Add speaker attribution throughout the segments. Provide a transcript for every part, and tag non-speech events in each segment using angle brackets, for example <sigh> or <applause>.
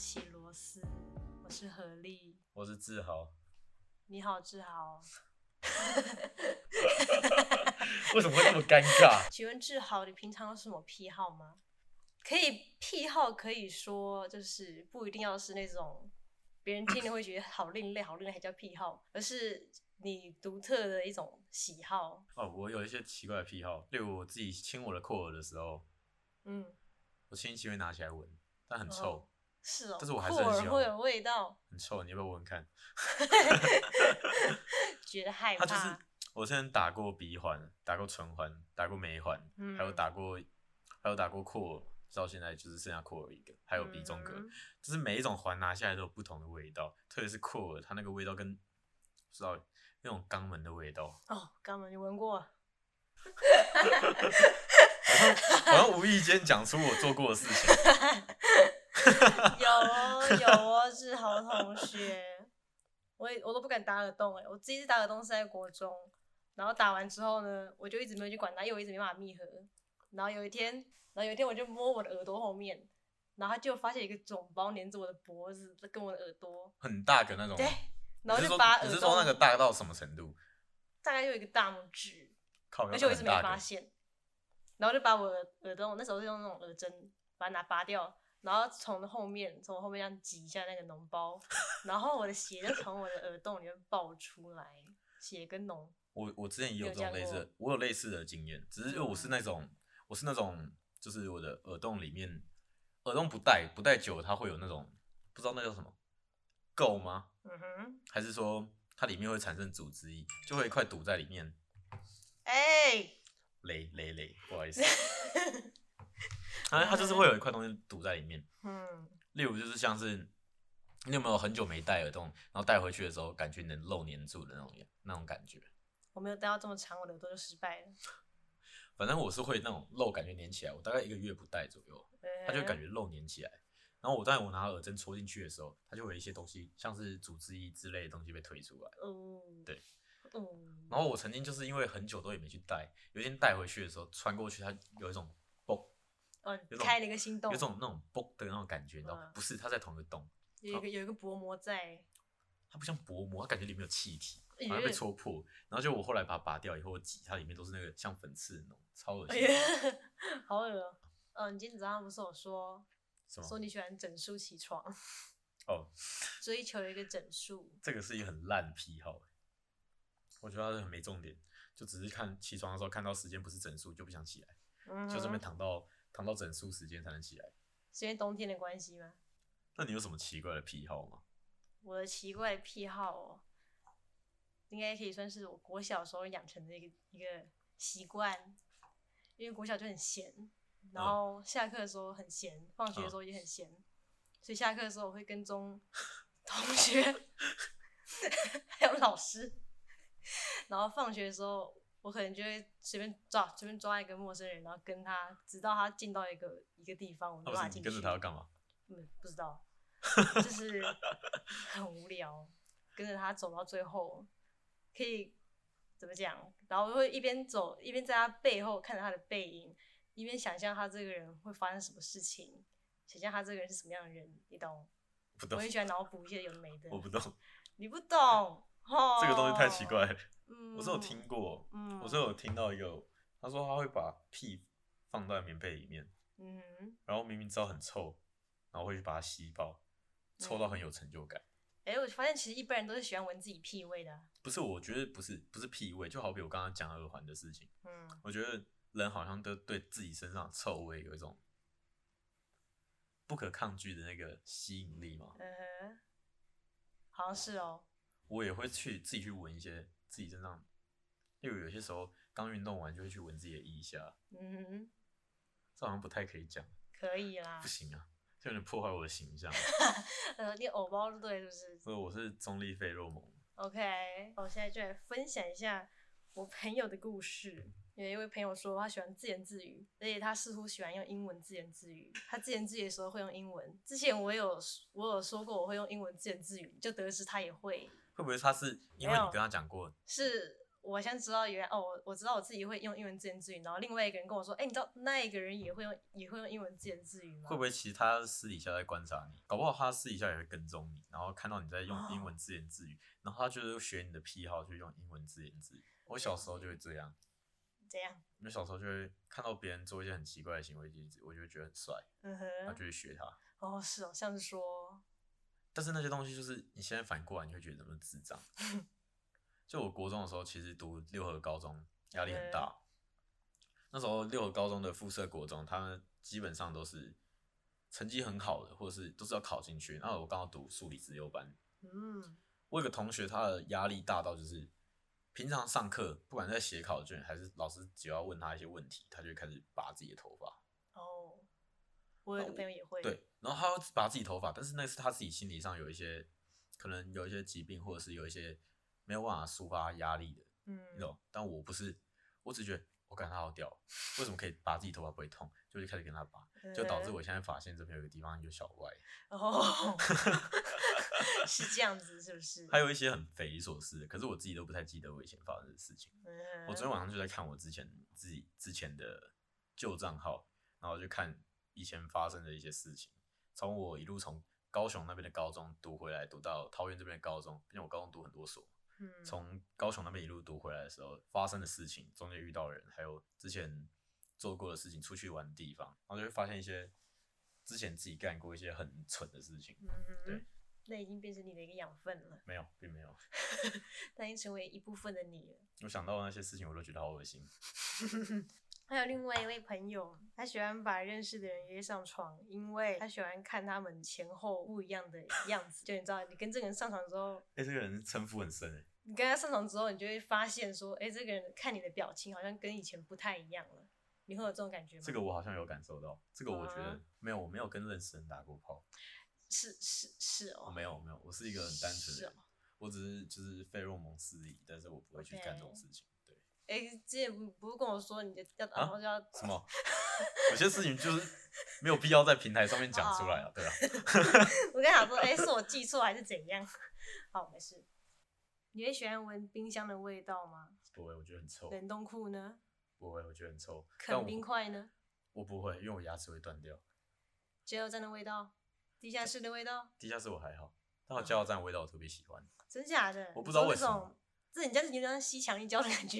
Speaker 1: 洗螺丝，我是何丽。
Speaker 2: 我是志豪。
Speaker 1: 你好，志豪。
Speaker 2: 为什么会那么尴尬？
Speaker 1: 请问志豪，你平常有什么癖好吗？可以癖好可以说就是不一定要是那种别人听了会觉得好另类、好另类才叫癖好，而是你独特的一种喜好。
Speaker 2: 哦，我有一些奇怪的癖好，例如我自己亲我的扩耳的时候，
Speaker 1: 嗯，
Speaker 2: 我轻轻会拿起来闻，但很臭，
Speaker 1: 哦是哦，
Speaker 2: 但是我还是
Speaker 1: 扩
Speaker 2: 很
Speaker 1: 耳
Speaker 2: 喜欢
Speaker 1: 会有味道，
Speaker 2: 很臭，你要不要闻闻看？
Speaker 1: 觉得害
Speaker 2: 它
Speaker 1: 怕。
Speaker 2: 就是我之前打过鼻环，打过唇环，打过眉环，
Speaker 1: 嗯
Speaker 2: 还有打过，还有打过扩耳，到现在就是剩下扩耳一个，还有鼻中隔，
Speaker 1: 嗯
Speaker 2: 就是每一种环拿下来都有不同的味道，特别是扩耳，它那个味道跟不知道那种肛门的
Speaker 1: <laughs>
Speaker 2: 味道，
Speaker 1: 哦，肛门你闻过？
Speaker 2: 好像无意间讲出我做过的事情。
Speaker 1: <laughs> 有哦有哦，志豪同学，我也我都不敢打耳洞哎、我第一次打耳洞是在国中，然后打完之后呢，我就一直没有去管它，因为我一直没办法密合。然后有一天，然后有一天我就摸我的耳朵后面，然后就发现一个肿包粘着我的脖子跟我的耳朵，
Speaker 2: 很大个那种吗。
Speaker 1: 对，然后
Speaker 2: 哦你是
Speaker 1: 就
Speaker 2: 说
Speaker 1: 把耳
Speaker 2: 你
Speaker 1: 洞
Speaker 2: 是说那个大到什么程度？
Speaker 1: 大概就有一个大拇指，
Speaker 2: 靠，
Speaker 1: 而且我一直没
Speaker 2: 那很大
Speaker 1: 发
Speaker 2: 个。
Speaker 1: 现，然后就把我的耳洞，那时候是用那种耳针把它拿拔掉，然后从后面从后面这样挤一下那个脓包，然后我的血就从我的耳洞里面爆出来，血跟脓，
Speaker 2: 我我之前也有
Speaker 1: 有
Speaker 2: 这种
Speaker 1: 这
Speaker 2: 类
Speaker 1: 样
Speaker 2: 似的
Speaker 1: 过，
Speaker 2: 我有类似的经验，只是因为我是
Speaker 1: 嗯
Speaker 2: 那种我是那种就是我的耳洞里面耳洞不戴不戴久了，它会有那种不知道那叫什么垢吗？
Speaker 1: 嗯哼，
Speaker 2: 还是说它里面会产生组织液，就会有一块堵在里面？
Speaker 1: 哎、
Speaker 2: 雷雷雷，
Speaker 1: <laughs>
Speaker 2: 不好意思，它它就是会有一块东西堵在里面。
Speaker 1: 嗯，
Speaker 2: 例如就是像是你有没有很久没戴耳洞，然后戴回去的时候感觉能漏粘住的那种那种感觉？
Speaker 1: 我没有戴到这么长，我的耳朵就失败了，
Speaker 2: 反正我是会那种漏感觉粘起来，我大概一个月不戴左右，它就感
Speaker 1: 觉
Speaker 2: 觉漏粘起来。然后我当我拿耳针戳进去的时候，它就有一些东西，像是组织液之类的东西被推出来。
Speaker 1: 哦，
Speaker 2: 对，
Speaker 1: 哦，
Speaker 2: 然后我曾经就是因为很久都也没去戴，有一天戴回去的时候穿过去，它有一种嘣，
Speaker 1: 哦，
Speaker 2: 有种
Speaker 1: 开了一个心
Speaker 2: 有
Speaker 1: 洞，
Speaker 2: 一种那种嘣的那种感觉，你知道吗
Speaker 1: 嗯？
Speaker 2: 不是，它在同一个洞，
Speaker 1: 有一个有一个薄膜在，
Speaker 2: 它不像薄膜，它感觉里面有气体，
Speaker 1: 哎
Speaker 2: 好像被
Speaker 1: 呀
Speaker 2: 戳破。然后就我后来把它拔掉以后，我挤它里面都是那个像粉刺的那种，超恶
Speaker 1: 哎
Speaker 2: 心。
Speaker 1: 呀， <laughs> 好恶哦、嗯、你今天早上不是有说
Speaker 2: 什
Speaker 1: 说
Speaker 2: 么？
Speaker 1: 你喜欢整数起床，
Speaker 2: 哦，
Speaker 1: 追求一个整数。
Speaker 2: 这个是一个很烂的癖好欸，我觉得它很没重点，就只是看起床的时候看到时间不是整数就不想起来，
Speaker 1: 嗯
Speaker 2: 就这
Speaker 1: 哼
Speaker 2: 边躺到躺到整数时间才能起来。
Speaker 1: 是因为冬天的关系吗？
Speaker 2: 那你有什么奇怪的癖好吗？
Speaker 1: 我的奇怪癖好哦，应该可以算是我国小时候养成的一个一个习惯，因为国小就很闲，
Speaker 2: 嗯
Speaker 1: 然后下课的时候很闲，放学的时候也很闲，所以下课的时候我会跟踪同学 <laughs> 还有老师，然后放学的时候我可能就会随便抓随便抓一个陌生人，然后跟他直到他进到一个一个地方，我就
Speaker 2: 那啊不
Speaker 1: 把
Speaker 2: 哦是
Speaker 1: 他
Speaker 2: 你
Speaker 1: 进去。
Speaker 2: 跟着他要干嘛？
Speaker 1: 嗯，不知
Speaker 2: <laughs>
Speaker 1: 道，就是很无聊，跟着他走到最后，可以怎么讲？然后会一边走一边在他背后看着他的背影，一边想象他这个人会发生什么事情，想象他这个人是什么样的人，你懂？
Speaker 2: 不
Speaker 1: 我
Speaker 2: 懂，
Speaker 1: 很喜欢脑补一些有的没的，
Speaker 2: <laughs> 我不懂，
Speaker 1: 你不懂，哦，
Speaker 2: 这个东西太奇怪了。
Speaker 1: 嗯，
Speaker 2: 我是有听过，
Speaker 1: 嗯，
Speaker 2: 我是有听到一个，他说他会把屁放到棉被里面，
Speaker 1: 嗯，
Speaker 2: 然后明明知道很臭，然后会去把它吸爆，臭到很
Speaker 1: 嗯
Speaker 2: 有成就感。
Speaker 1: 哎、我发现其实一般人都是喜欢闻自己屁味的啊，
Speaker 2: 不是，我觉得不是，不是屁味，就好比我刚刚讲耳环的事情，
Speaker 1: 嗯，
Speaker 2: 我觉得人好像都对自己身上的臭味有一种不可抗拒的那个吸引力嘛。
Speaker 1: 嗯哼，好像是哦，
Speaker 2: 我也会去自己去闻一些自己身上，例如有些时候刚运动完就会去闻自己的腋下，
Speaker 1: 嗯哼。
Speaker 2: 这好像不太可以讲，
Speaker 1: 可以啦
Speaker 2: 不，行啊，这有点破坏我的形象。
Speaker 1: <laughs> 呃，你偶包就对是不是
Speaker 2: 所以我是中立费洛蒙，
Speaker 1: ？OK，我现在就来分享一下我朋友的故事。有一位朋友说他喜欢自言自语，而且他似乎喜欢用英文自言自语。他自言自语的时候会用英文。之前我有我有说过我会用英文自言自语，就得知他也会。
Speaker 2: 会不会他是因为
Speaker 1: 没
Speaker 2: 你
Speaker 1: 有
Speaker 2: 跟他讲过，
Speaker 1: 是我先知道原来哦，我我知道我自己会用英文自言自语，然后另外一个人跟我说，哎、你知道那一个人也会用也会用英文自言自语吗？
Speaker 2: 会不会其实他私底下在观察你？搞不好他私底下也会跟踪你，然后看到你在用英文自言自语，然后他就是学你的癖好去用英文自言自语。我小时候就会这样，
Speaker 1: 这样？
Speaker 2: 因为小时候就会看到别人做一些很奇怪的行为举止，我就会觉得很帅，
Speaker 1: 嗯
Speaker 2: 然后
Speaker 1: 哼，
Speaker 2: 就会学他。
Speaker 1: 哦是哦，像是说，
Speaker 2: 但是那些东西就是你现在反过来，你会觉得怎么智障？就我国中的时候，其实读六合高中压力很大。那时候六合高中的附设国中，他们基本上都是成绩很好的，或者是都是要考进去。那我刚好读数理自由班，
Speaker 1: 嗯，
Speaker 2: 我有个同学，他的压力大到就是平常上课，不管在写考卷还是老师只要问他一些问题，他就会开始拔自己的头发。
Speaker 1: 哦，我有一个朋友也会，
Speaker 2: 对，然后他要拔自己头发，但是那是他自己心理上有一些可能有一些疾病，或者是有一些没有办法抒发压力的那
Speaker 1: 嗯，
Speaker 2: 种。但我不是，我只觉得我感觉他好屌，为什么可以拔自己头发不会痛？就就开始跟他拔，就导致我现在发现这边有个地方有小歪，
Speaker 1: 嗯，哦， <laughs> 是这样子是不是？
Speaker 2: 还有一些很匪夷所思的，可是我自己都不太记得我以前发生的事情。
Speaker 1: 嗯，
Speaker 2: 我昨天晚上就在看我之前自己之前的旧账号，然后就看以前发生的一些事情，从我一路从高雄那边的高中读回来，读到桃园这边的高中，毕竟我高中读很多所，
Speaker 1: 嗯
Speaker 2: 从高雄那边一路读回来的时候发生的事情，中间遇到的人，还有之前做过的事情，出去玩的地方，然后就会发现一些之前自己干过一些很蠢的事情，
Speaker 1: 嗯哼
Speaker 2: 对
Speaker 1: 那已经变成你的一个养分了，
Speaker 2: 没有，并没有，
Speaker 1: 它已经成为一部分的你了。
Speaker 2: 我想到那些事情我都觉得好恶心，
Speaker 1: 还有另外一位朋友，他喜欢把认识的人约上床，因为他喜欢看他们前后不一样的样子。就你知道，你跟这个人上床之后，
Speaker 2: 哎、这个人城府很深哎、
Speaker 1: 你跟他上床之后，你就会发现说，哎、这个人看你的表情好像跟以前不太一样了。你会有这种感觉吗？
Speaker 2: 这个我好像有感受到，这个我觉
Speaker 1: 啊
Speaker 2: 得没有，我没有跟认识人打过炮，
Speaker 1: 是是是
Speaker 2: 我
Speaker 1: 哦，
Speaker 2: 没有没有，我是一个很单纯
Speaker 1: 是
Speaker 2: 的
Speaker 1: 哦
Speaker 2: 人，我只是就是费洛蒙失礼，但是我不会去干这种
Speaker 1: OK
Speaker 2: 事情。对，
Speaker 1: 哎、之前不不是跟我说你的要
Speaker 2: 啊
Speaker 1: 然后就要、
Speaker 2: 什么？有些事情就是没有必要在平台上面讲出来
Speaker 1: 哦
Speaker 2: 啊，对啊。
Speaker 1: 我跟他说，哎、是我记错还是怎样？好，没事。你会喜欢闻冰箱的味道吗？
Speaker 2: 不会，我觉得很臭。
Speaker 1: 冷冻库呢？
Speaker 2: 不会，我觉得很臭。但
Speaker 1: 啃
Speaker 2: 我
Speaker 1: 冰块呢？
Speaker 2: 我不会，因为我牙齿会断掉。
Speaker 1: 加油站的味道，地下室的味道，
Speaker 2: 地下室我还好，
Speaker 1: 嗯
Speaker 2: 但我加油站的味道我特别喜欢。
Speaker 1: 真假的？
Speaker 2: 我不知道
Speaker 1: 你
Speaker 2: 为
Speaker 1: 说
Speaker 2: 什
Speaker 1: 那
Speaker 2: 么
Speaker 1: 种，这你家是有点像吸强力胶的感觉，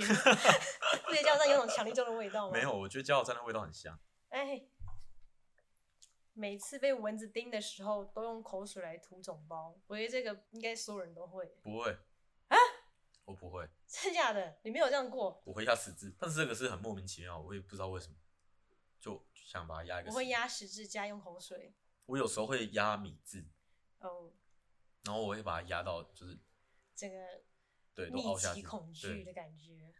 Speaker 1: 对，加油站有种强力胶的味道吗？
Speaker 2: 没有，。我觉得加油站的味道很香。
Speaker 1: 哎，每次被蚊子叮的时候，都用口水来涂肿包。我觉得这个应该所有人都会，
Speaker 2: 不会啊，我不会，
Speaker 1: 真假的？你没有这样过？
Speaker 2: 我会压十字，但是这个是很莫名其妙，我也不知道为什么，就想把它压一个。
Speaker 1: 我会，压十字架用口水。
Speaker 2: 我有时候会压米字，
Speaker 1: 哦，
Speaker 2: 然后我会把它压到就是
Speaker 1: 这个
Speaker 2: 对都
Speaker 1: 密
Speaker 2: 凹下
Speaker 1: 集
Speaker 2: 去，
Speaker 1: 恐惧
Speaker 2: 对
Speaker 1: 的感觉。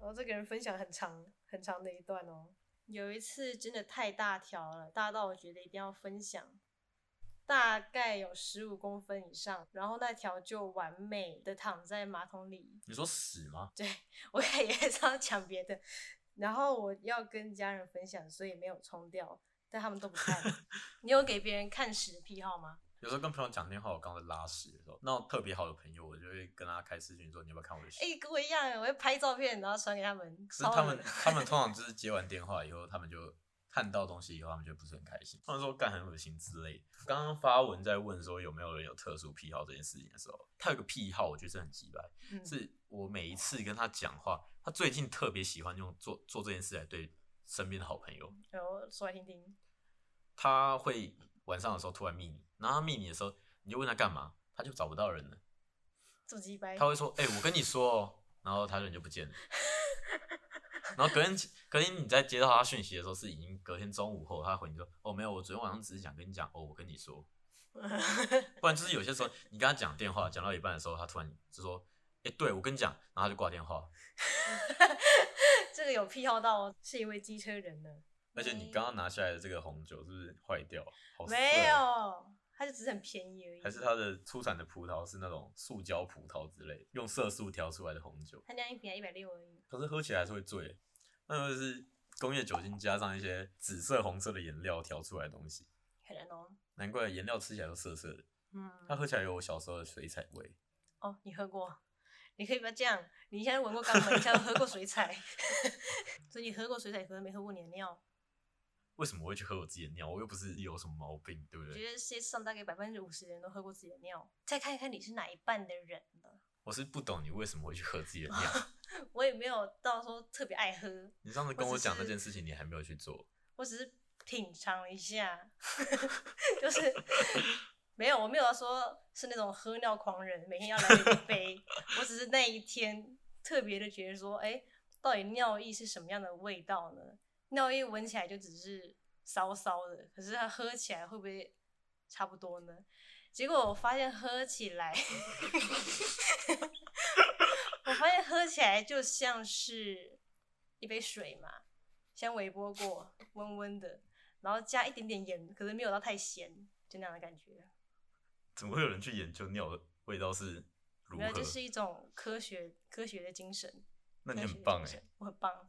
Speaker 1: 然后这个人分享很长很长的一段哦，有一次真的太大条了，大到我觉得一定要分享，大概有十五公分以上，然后那条就完美的躺在马桶里。
Speaker 2: 你说屎吗？
Speaker 1: 我也是要讲别的，然后我要跟家人分享，所以没有冲掉，但他们都不
Speaker 2: <laughs>
Speaker 1: 看。你有给别人看屎的癖好吗？
Speaker 2: 有时候跟朋友讲电话，我刚刚在拉屎的时候，那种特别好的朋友，我就会跟他开视讯说你要不要看我的屎。
Speaker 1: 哎、跟我一样，我会拍照片，然后传给他们。
Speaker 2: 可是
Speaker 1: 超
Speaker 2: 他
Speaker 1: 恶
Speaker 2: 们他们通常就是接完电话以后，他们就看到东西以后，他们就不是很开心，他们说干很恶心之类的。刚刚发文在问说有没有人有特殊癖好这件事情的时候，他有个癖好，我觉得是很鸡掰。
Speaker 1: 嗯
Speaker 2: <laughs> 是我每一次跟他讲话，他最近特别喜欢用做做这件事来对身边的好朋友。
Speaker 1: 嗯然后说来听听。
Speaker 2: 他会晚上的时候突然密你，然后他密你的时候，你就问他干嘛，他就找不到人了。
Speaker 1: 这么鸡掰，
Speaker 2: 他会说：“哎、我跟你说哦。”然后他人就不见了。然后隔天起，隔天你在接到他讯息的时候，是已经隔天中午后，他回你说：“哦，没有，我昨天晚上只是想跟你讲，哦，我跟你说。”不然就是有些时候你跟他讲电话，讲到一半的时候，他突然就说：“哎、对我跟你讲。”然后他就挂电话。
Speaker 1: 这个有癖好到哦，是一位机车人呢。
Speaker 2: 而且你刚刚拿下来的这个红酒是不是坏掉？好涩
Speaker 1: 没
Speaker 2: 哦，
Speaker 1: 有，他就只是很便宜而已。
Speaker 2: 还是它的出产的葡萄是那种塑胶葡萄之类，用色素调出来的红酒，
Speaker 1: 他那样一瓶一百六而已。
Speaker 2: 可是喝起来还是会醉。那就是工业酒精加上一些紫色、红色的颜料调出来的东西，
Speaker 1: 可能哦，
Speaker 2: 难怪颜料吃起来都涩涩的。它
Speaker 1: 嗯，
Speaker 2: 喝起来有我小时候的水彩味，
Speaker 1: 哦，你喝过？你可以不要这样，你现在闻过肛门，你现在喝过水彩， <laughs> 所以你喝过水彩，可能没喝过你的尿。
Speaker 2: 为什么我会去喝我自己的尿？我又不是有什么毛病，对不
Speaker 1: 我
Speaker 2: 对？
Speaker 1: 觉得世界上大概百分之五十的人都喝过自己的尿，再看一看你是哪一半的人了。
Speaker 2: 我是不懂你为什么会去喝自己的尿。
Speaker 1: 我也没有到说特别爱喝，
Speaker 2: 你上次
Speaker 1: 我
Speaker 2: 跟
Speaker 1: 只
Speaker 2: 我讲
Speaker 1: 是
Speaker 2: 那件事情，你还没有去做。
Speaker 1: 我只是品尝了一下， <laughs> 就是 <laughs> 没有，我没有说是那种喝尿狂人，每天要来一杯。我只是那一天特别的觉得说，哎、到底尿液是什么样的味道呢？尿液闻起来就只是骚骚的，可是它喝起来会不会差不多呢？结果我发现喝起来，我发现喝起来就像是一杯水嘛，先微波过，温温的，然后加一点点盐，可是没有到太咸，就那样的感觉。
Speaker 2: 怎么会有人去研究尿的味道是如
Speaker 1: 没
Speaker 2: 何？
Speaker 1: 有，这是一种科学科学的精神。
Speaker 2: 那你
Speaker 1: 科学
Speaker 2: 很
Speaker 1: 的精
Speaker 2: 棒哎、
Speaker 1: 神我很棒，欸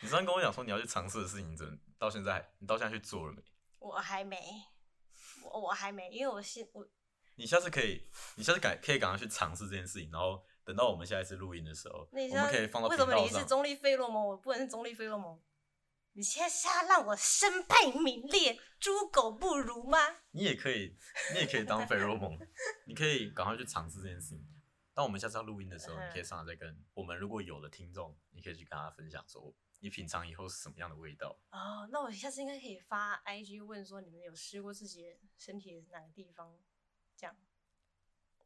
Speaker 2: 你上次跟我讲说你要去尝试的事情，你怎么到现在还你到现在去做了没？
Speaker 1: 我还没，我我还没，因为我现我
Speaker 2: 你下次可以，你下次赶可以赶快去尝试这件事情，然后等到我们下一次录音的时候，
Speaker 1: 那你
Speaker 2: 我
Speaker 1: 知道
Speaker 2: 们可以放到
Speaker 1: 为
Speaker 2: 频
Speaker 1: 什么
Speaker 2: 道
Speaker 1: 你是
Speaker 2: 上。
Speaker 1: 中立费洛蒙，我不能是中立费洛蒙？你现在是要让我身败名裂、猪狗不如吗？
Speaker 2: 你也可以，你也可以当费洛蒙，你可以赶快去尝试这件事情。当我们下次要录音的时候，
Speaker 1: 嗯
Speaker 2: 你可以上来再跟我们如果有的听众，你可以去跟他分享说你品尝以后是什么样的味道。
Speaker 1: 哦，那我下次应该可以发 IG 问说你们有试过自己的身体的哪个地方？这样，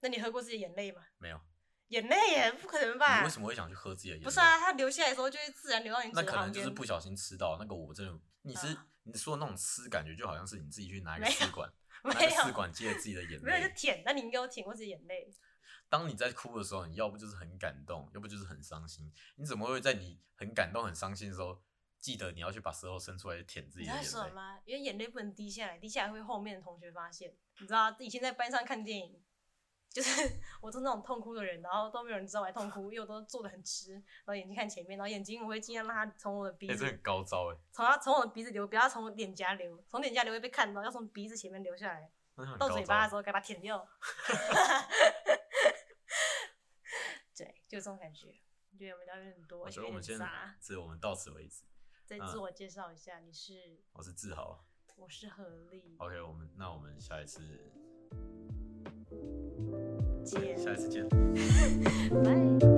Speaker 1: 那你喝过自己的眼泪吗？
Speaker 2: 没有，
Speaker 1: 眼泪也不可能吧？
Speaker 2: 你为什么会想去喝自己的眼泪？
Speaker 1: 不是啊，它流下来的时候就会自然流到你
Speaker 2: 那
Speaker 1: 嘴
Speaker 2: 可
Speaker 1: 旁
Speaker 2: 能就
Speaker 1: 边。嗯
Speaker 2: 是不小心吃到那个，我真的你是、你说的那种吃，感觉就好像是你自己去拿一个
Speaker 1: 没有
Speaker 2: 试管，拿
Speaker 1: 没
Speaker 2: 一个试
Speaker 1: 有
Speaker 2: 管接了自己的眼
Speaker 1: 没有
Speaker 2: 泪
Speaker 1: 就。舔，那你应该有舔过自己的眼泪。
Speaker 2: 当你在哭的时候，你要不就是很感动，要不就是很伤心。你怎么会在你很感动、很伤心的时候，记得你要去把舌头伸出来舔自
Speaker 1: 你
Speaker 2: 己
Speaker 1: 知
Speaker 2: 的
Speaker 1: 道
Speaker 2: 眼
Speaker 1: 为什么
Speaker 2: 泪？
Speaker 1: 吗？因为眼泪不能滴下来，滴下来会后面的同学发现。你知道啊以前在班上看电影，就是 <laughs> 我是那种痛哭的人，然后都没有人知道我在痛哭，因为我都坐得很直，然后眼睛看前面，然后眼睛我会尽量让它从我的鼻
Speaker 2: 哎、这
Speaker 1: 子
Speaker 2: 很高招哎、
Speaker 1: 从它从我的鼻子流，不要从我脸颊流，从脸颊流会被看到，要从鼻子前面流下来，
Speaker 2: 那很
Speaker 1: 到
Speaker 2: 高
Speaker 1: 嘴巴的
Speaker 2: 招。啊
Speaker 1: 时候该把它舔掉。对，就这种感觉。我觉得我们聊嗯有点多，
Speaker 2: 我
Speaker 1: 而且
Speaker 2: 觉得
Speaker 1: 有
Speaker 2: 我们
Speaker 1: 点
Speaker 2: 先
Speaker 1: 杂。，
Speaker 2: 这我们到此为止。
Speaker 1: 再
Speaker 2: 嗯
Speaker 1: 自我介绍一下，你是
Speaker 2: 我是志豪
Speaker 1: 我是何丽
Speaker 2: ，OK，我们那我们下一次
Speaker 1: 姐，
Speaker 2: 下一次见。
Speaker 1: 拜。